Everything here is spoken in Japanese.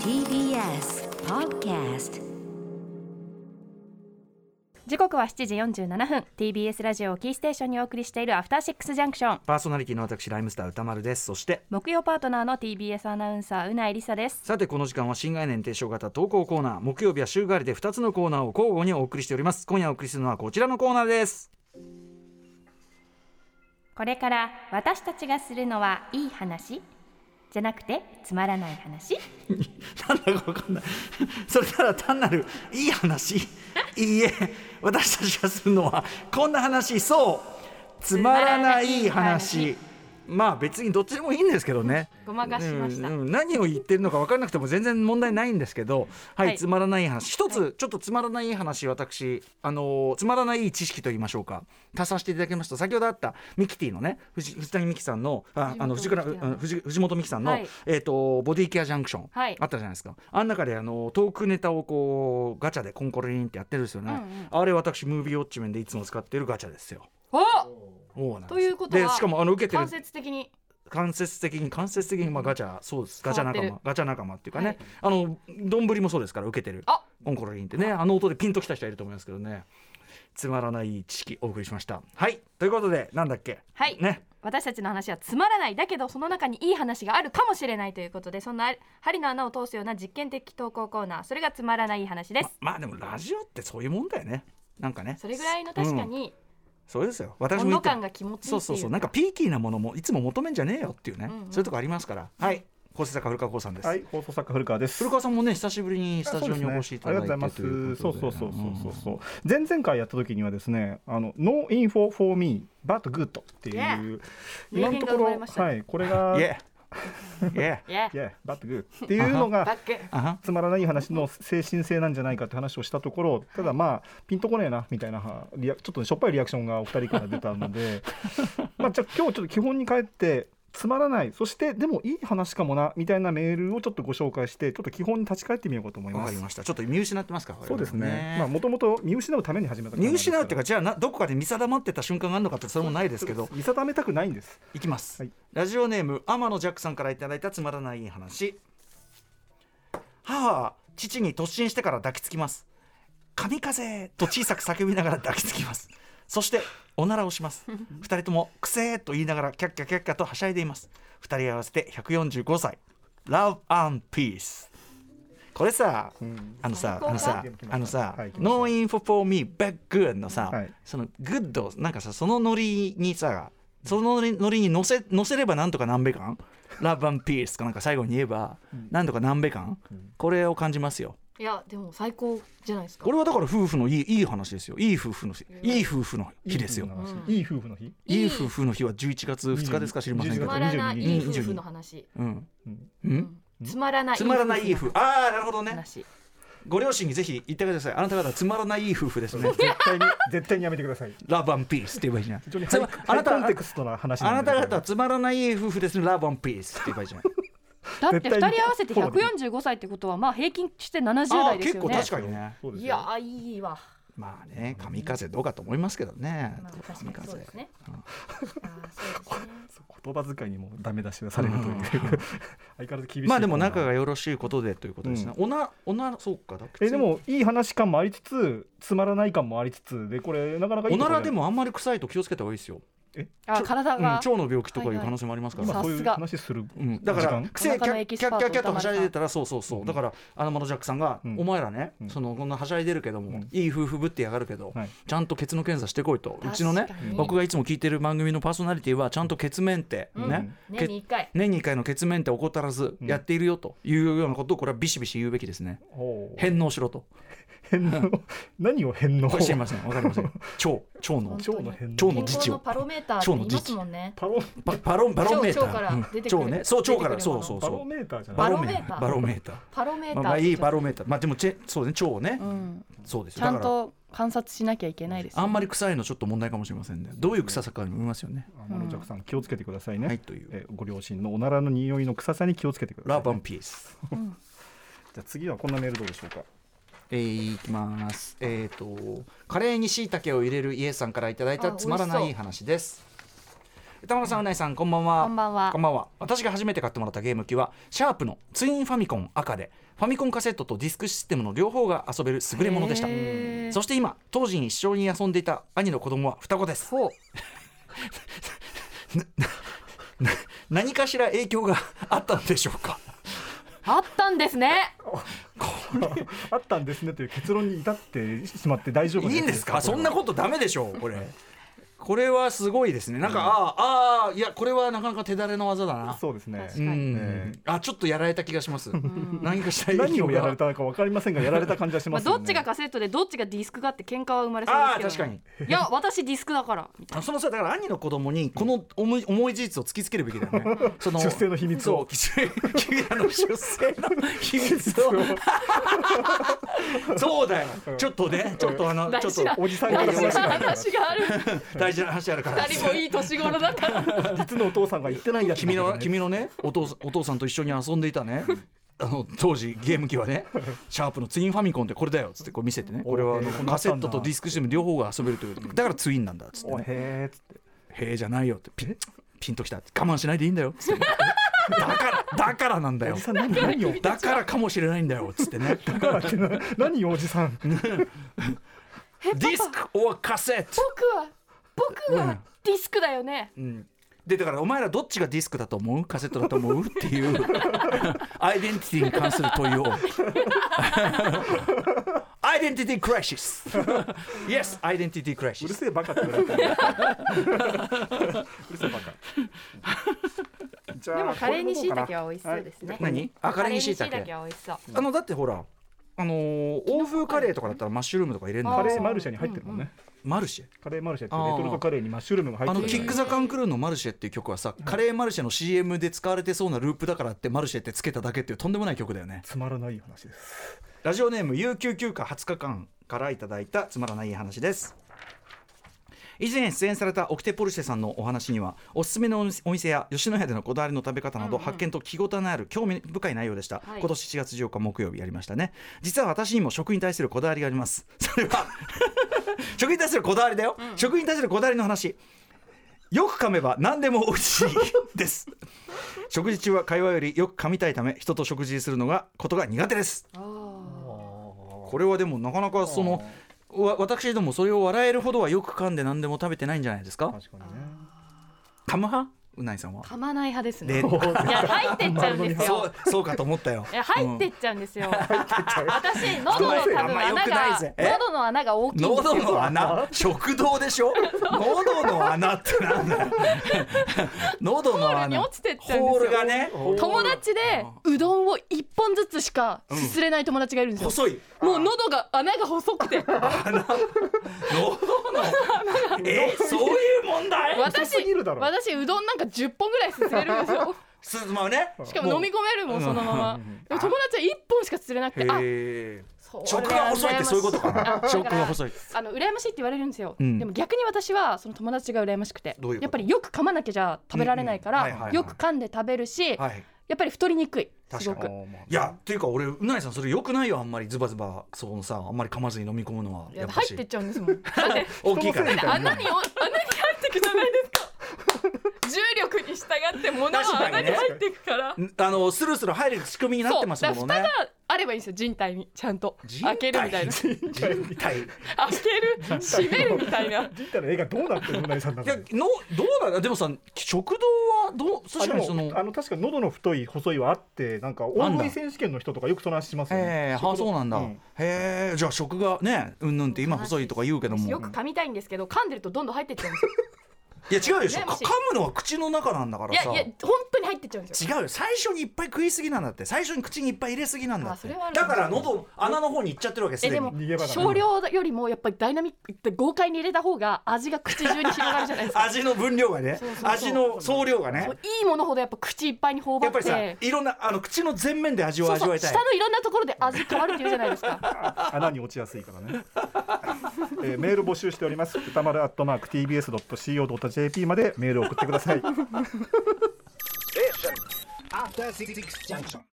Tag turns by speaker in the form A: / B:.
A: TBS Podcast
B: 時刻は7時47分 TBS ラジオをキーステーションにお送りしているアフターシックスジャンクション
C: パーソナリティの私ライムスター歌丸ですそして
B: 木曜パートナーの TBS アナウンサーうないりさです
C: さてこの時間は新概念提唱型投稿コーナー木曜日は週替わりで2つのコーナーを交互にお送りしております今夜お送りするのはこちらのコーナーです
B: これから私たちがするのはいい話じゃなくてつまらない話
C: なんだかわかんない それただ単なるいい話いいえ私たちがするのはこんな話そうつまらない
B: つまらない
C: 話まあ別にどっちでもいいんですけどね
B: ごまかしました
C: うんうん何を言ってるのか分からなくても全然問題ないんですけどはい、
B: はい
C: つまらない話一つちょっとつまらない話私あのーつまらない知識と言いましょうか足させていただきますと先ほどあったミキティのね藤藤谷美樹さんのああの藤
B: 藤本
C: 倉
B: 美貴さん
C: うん藤藤本美樹さんの、
B: はい
C: えー、とボディケアジャンクション、
B: はい
C: あったじゃないですかあん中であのトークネタをこうガチャでコンコリンってやってるんですよね、
B: うんうん
C: あれ私ムービーウォッチメンでいつも使ってるガチャですよ。
B: お
C: そうなんです
B: ということは
C: でしかもあの受けてる
B: 間接的に
C: 間接的に間接的にまあガチャ、そうですガチャ
B: 触って
C: 仲
B: る
C: 間ガチャ仲間っていうかね、
B: はい
C: あの丼もそうですから受けてる
B: あ
C: コンコロリンってねあの音でピンときた人いると思いますけどねつまらない知識お送りしましたはいということでなんだっけ
B: はい
C: ね
B: 私たちの話はつまらないだけどその中にいい話があるかもしれないということでそんな針の穴を通すような実験的投稿コーナーそれがつまらない話です
C: まあでもラジオってそういうもんだよねなんかね
B: それぐらいの確かに
C: そうですよ私も
B: 温
C: 言
B: 度
C: って
B: 感が気持ちいいっていう
C: そうそうそうなんかピーキーなものもいつも求めんじゃねえよっていうね、
B: うんうん
C: そういうとこありますからはい構成作家古川光さんです、
D: はい、放送作家古川です。
C: 古川さんもね久しぶりにスタジオにお越しいただいて
D: ありがとうございます。そうそうそうそうそうう。前々回やった時にはですね、あの No info for me but good っていう今の
B: 名言
D: と
B: が
D: こ
B: 生まれ
D: ろ
B: ましたね
D: はいこれが
C: イエイエ
B: いや
D: yeah but good っていうのが
B: バック
C: あは
D: つまらない話の精神性なんじゃないかって話をしたところただまあピンとこねえなみたいなはリアちょっとしょっぱいリアクションがお二人から出た のでまあじゃあ今日ちょっと基本に帰ってつまらないそしてでもいい話かもなみたいなメールをちょっとご紹介してちょっと基本に立ち返ってみようかと思い
C: わ
D: ま
C: かり
D: す。
C: ました。ちょっと見失ってますか。
D: そうですね。まあ
C: 我々ね
D: もともと見失うために始めたから
C: 見
D: なんですけ
C: 失
D: ど。
C: うっていうか、じゃあなどこかで見定まってた瞬間があるのかってそれもないですけど、
D: 見定めたくないんです。
C: いきます。
D: はい
C: ラジオネーム天野ジャックさんからいただいたつまらない話。母は父に突進してから抱きつきます。神風と小さく叫びながら抱きつきます。そしておならをします。二人ともくせーと言いながらキャッキャキャッキャとはしゃいでいます。二人合わせて145歳。Love and Peace。これさ、
D: うん
C: あのさ、あのさ
D: 最高、か
C: あのさ
D: はい、来ました
C: No info for me, but good のさ
D: はい、
C: その good をなんかさ、そのノリにさ、そのノリノリに乗せ乗せればなんとか南米感 Love and peace かなんか最後に言えば、なんとか南米感これを感じますよ。
B: いやでも最高じゃないですか
C: これはだから夫婦のいいいい話ですよ。いい夫婦の日、いい夫婦の日ですよ。
D: いい夫婦の日。
C: いい夫婦の日は11月2日ですか知りませんけ
B: つ
C: ど
B: ま。らないいい夫婦の話
C: うん
D: うん
C: うん、
B: つまらない
C: つまらないいい夫婦。ああ、なるほど
B: の
C: ね。
B: 話
C: ご両親にぜひ言ってください。あなた方はつまらないいい夫婦 ですね。
D: 絶対に絶対にやめてください。
C: ラブピースって言えばいいじゃん。
D: 非常に
C: つ
D: ハイ
C: まあ
D: ハ
C: な
D: イコ
C: た
D: ンテクストな話
C: あ
D: な
C: なん
D: で
C: た方はつまらない夫婦ですね。ラブピースって言えばいいじゃん。
B: だって二人合わせて
D: 絶対に
B: 145歳ってことはまあ平均して70
C: あ
B: 代
C: ー
B: です
C: 結
B: よ
C: 構
B: ね
C: 確かにね。
D: そうです
B: い
D: よ
B: やーいいわ
C: まあね、神風どうかと思いますけどね。
B: まあ確
C: 神
B: かにそう
C: 風
B: ですねあーそうですね
D: 言葉遣いにもダメ出しがされるという 相変わらず厳しい。
C: まあでも仲がよろしいことでということですね。おなおなそうかだ
D: えでもいい話感もありつつつまらない感もありつつでこれなかなかいい
C: お
D: とこ
C: なら
D: ろじ
C: で
D: ゃい
C: もあんまり臭いと気をつけた方がいいですよ。
B: あー体
C: うん
B: が
C: 腸の病気とかいう可能性もありますから。
D: 今そうい
B: さす
D: う
B: が
D: 話する
C: うん、だから
D: 時間
C: 癖
B: お
C: キ
B: 腹の
C: ャ
B: エキ
C: ッキ
B: スパー
C: ャ
B: ト
C: ッキャッキャッとはしゃいでたらそうそうそう、だからあのマノジャックさんが、
D: うん
C: お前らね、
D: うん
C: そのこんなはしゃいでるけども、
D: うん
C: いい夫婦ぶってやがるけど、
D: はい
C: ちゃんとケツの検査してこいとうちのね
B: 確かに
C: 僕がいつも聞いてる番組のパーソナリティはちゃんとケツメンテ、
B: うん
C: ね
B: 年に一回
C: 年に1回のケツメンテ怠らず
D: うん
C: やっているよというようなことをこれはビシビシ言うべきですね、
D: おー
C: 返納しろと
D: 変の 何を変の
C: これ知りませんわかりません腸腸の
B: 本
D: 腸の変
C: 腸
D: の
B: 健
C: の自
B: 康
C: 治
B: の
C: を
B: パロメーターって言いますもんね
D: パロ
C: パパロンパロンメーター
B: 腸から出てく
C: う
B: る
C: ん腸ねそう腸
B: 出
C: から
B: てくる
C: そ
B: も
C: う
B: の
C: そう
D: パ
C: そ
D: ロ
C: う
D: メーターじゃ
C: バ
D: ない
C: ロメーターバロメーター
B: パロメータ
C: ま
B: ー
C: あ、まあいいバ
B: ロ
C: ロメーターまあでもチェそうね腸をね、そうです
B: ち
C: よ
B: ゃん
C: だから
B: と観察しなきゃいけないです
C: あんまり臭いのちょっと問題かもしれませんねどういう臭さかにもよりますよね
D: あのジャクさん気をつけてくださいね、
C: はいという
D: えご両親のおならの匂いの臭さに気をつけてください、
C: ラ
D: ね、
C: ブピース
D: じゃあ次はこんなメールどうでしょうか
C: えー、いきます。えっ、とカレーに椎茸を入れるイエさんからいただいた
B: あ
C: つまらな
B: 美味し
C: い
B: そ
C: 話です。歌丸さんうないさんこんばんは
E: こんばんは
C: こんばんは私が初めて買ってもらったゲーム機はシャープのツインファミコン赤でファミコンカセットとディスクシステムの両方が遊べる優れものでした
B: へー
C: そして今当時に一緒に遊んでいた兄の子供は双子です
B: ほう
C: 何かしら影響があったんでしょうか
B: あったんですね
D: あったんですねという結論に至ってしまって大丈夫
C: いいんですかそんなことダメでしょうこれこれはすごいですねなんか、
D: うん
C: ああああいやこれはなかなか手だれの技だな
D: そうですね
E: 確
C: う
E: かに
C: んあちょっとやられた気がします何かしら影
D: 何
C: 響
D: を
C: が
D: やられたのか分かりませんがやられた感じはし
B: ま
D: ま
B: あ、
D: すよ
B: ど
D: ね
B: っちがカセットでどっちがディスクかって喧嘩は生まれそう
C: ああ
B: です
C: 確
B: け
C: か
B: ど、
C: に
B: いや私ディスクだからみたい
C: あそのさだから兄の子供にこの重い重い事実を突きつけるべきだよね。 その
D: 出世の秘密を
C: そう出世あの出世の秘密を。そうだよ。ちょっとね、ちょっとあの
B: 大
C: ちょっ
B: 事
C: と
B: な
D: おじさん
B: な
D: が
B: 大
D: 言
B: 事
D: わ
B: な
D: れてたから
B: 話がある
C: 大事な話あるから
B: 二。人もいい年頃だから
D: 実のお父さんが言って ないやつ
C: 君の君のねお父さんお父さんと一緒に遊んでいたね。あの当時ゲーム機はねシャープのツインファミコンってこれだよっつってこう見せてねこれはあの
D: おー
C: カセットとディスクシステム両方が遊べるというだからツインなんだっつって
D: お
C: ね
D: へえつって
C: へえじゃないよってピンピンときた我慢しないでいいんだよつって だからだからなんだ
D: お
C: よ
D: じさん何何を
C: だからかもしれないんだよつってね
D: だからってな 何よおじさん
C: ディスク or カセット、
B: 僕は僕はディスクだよね、
C: うん、でだからお前らどっちがディスクだと思うカセットだと思うっていう アイデンティティに関する問いをアイデンティティクライシス Yes アイデンティティクライシ
D: うる
C: ス
D: せえバカって言われてるうるせえバカじゃ あ
B: でもカレーにしいたけ
D: こ
B: は美味しそうですね、
C: 何あカレーにしいた
B: カレーに
C: け
B: は美味しそう
C: あのだってほらあのー欧風カレーとかだったらマッシュルームとか入れるんだ
D: れ
C: よ
D: これカレーマルシェに入ってるもんね、
C: マルシェ
D: カレーマルシェって
C: あー
D: レトルトカレーにマッシュルームが入っ
C: あ
D: て
C: の
D: る
C: キック・ザ・カンクルーの「マルシェ」っていう曲はさカレーマルシェの CM で使われてそうなループだからって「マルシェ」ってつけただけっていうとんでもない曲だよね
D: つまらない話です
C: ラジオネーム有給休暇20日間からいただいたつまらない話です以前出演されたオクテポルシェさんのお話にはおすすめのお店お店や吉野家でのこだわりの食べ方など発見と気ごたえのある興味深い内容でした、
B: はい
C: 今年4月14日木曜日やりましたね実は私にも食に対するこだわりがありますそれは 食に対するこだわりだよ、食に対するこだわりの話よく噛めば何でも美味しいです食事中は会話よりよく噛みたいため人と食事するのがことが苦手ですこれはでもなかなかそのわ私どもそれを笑えるほどはよく噛んで何でも食べてないんじゃないですか
D: 確かにね
C: 噛む派うないさんは
B: 噛まない派ですね
C: で
B: いや入ってっちゃうんです
C: そ
B: よ
C: うそうかと思ったよ
B: いや入ってっちゃんですよ。私喉の多
C: あん
B: 分
C: ま良く
B: 穴
C: ない
B: が
C: ぜえ
B: 喉の穴が大きいんですよ。
C: 喉の 穴食堂でしょ喉の穴ってな んだよ喉の穴
B: ホールに落ちてっちゃうんですよ
C: ホールがね
E: 友達でうどんを一本ずつしかすすれない友達がいるんですよ、
C: 細い
E: もう喉が穴が細 くて
C: 喉 のえそういう問題
E: 私
D: 細すぎるだろ
E: 私うどんなんか10本ぐらいすすれるんです よ
C: すまあね
E: しかも飲み込めるもんそのままでも友達は1本しかすすれなくてあ
C: へえ
E: そう
C: 食が細いってそういうことか
E: あだ
C: な
E: ら
C: 食が細い
E: あの羨ましいって言われるんですよ、
C: うん
E: でも逆に私はその友達が羨ましくて
C: どういうこと
E: やっぱりよく噛まなきゃじゃ食べられないか
C: うんうんはいはいは
E: ら
C: い
E: よく噛んで食べるし、
C: はい
E: やっぱり太りにくい
C: 確
E: す
C: か
E: ご
C: に
E: く
C: いやっていうか俺うなりさんそれよくないよあんまりズバズバそのさあんまり噛まずに飲み込むの はいや
E: や
C: っぱ
E: 入
C: し
E: ってっちゃうんですもんだって
C: 大きいから
E: 穴に穴に入ってくじゃないですか重力に従って物
C: 確
E: は
C: か
E: 穴
C: に
E: に
C: ね
E: 入っていくから
C: あのスルスル入る仕組みになってます
E: だ
C: もん
E: か
C: ね
E: ら蓋があればいいんですよ人体にちゃんと
C: 人
E: 開けるみたい な
C: 体人体 い
E: 開ける閉めるみたいな
D: 人体の絵がどうなってるのなさんだか
C: や
D: ら
C: のどうなんだでもさ食堂はどう確かにその
D: あの確かに喉の太い細いはあってなんか大食い選手権の人とかよくその話しますよね
C: ええあそうなんだ、
D: うん
C: へえじゃあ食がねうんぬんって今細いとか言うけどもいや
B: よ
C: 違
B: く噛みたいんですけど噛んでるとどんどん入ってっちゃうんですよ。
C: うでしょ
B: ね
C: か
B: もし
C: 噛むのは口の中なんだから
B: い
C: さ
B: やいや本当に入ってっちゃうんですよ。
C: 違うよ最初にいっぱい食いすぎなんだって最初に口にいっぱい入れすぎなんだ
B: あ
C: っ
B: それ
C: て
B: はある
C: だから喉穴の方に行っちゃってるわけすで
E: え
C: に
E: でも
D: 逃げ場がない
E: 少量よりもやっぱりダイナミック豪快に入れた方が味が口中に広がるじゃないですか
C: 味の分量がね
E: そうそうそう
C: 味の総量がね
E: そういいものほどやっぱ口いっぱいに頬張
C: や
E: っ
C: っぱりさ
E: て
C: いろんなあの口の全面で味を
E: そう
C: 味
E: そ
C: わ
E: う
C: いたい
E: 下のいろんなところで味変わるっていうじゃないですか
D: 穴に落ちやすいからね、えーメール募集しております歌丸アットマーク TBS.CO.JP までメールを送ってください
F: After Six Junction.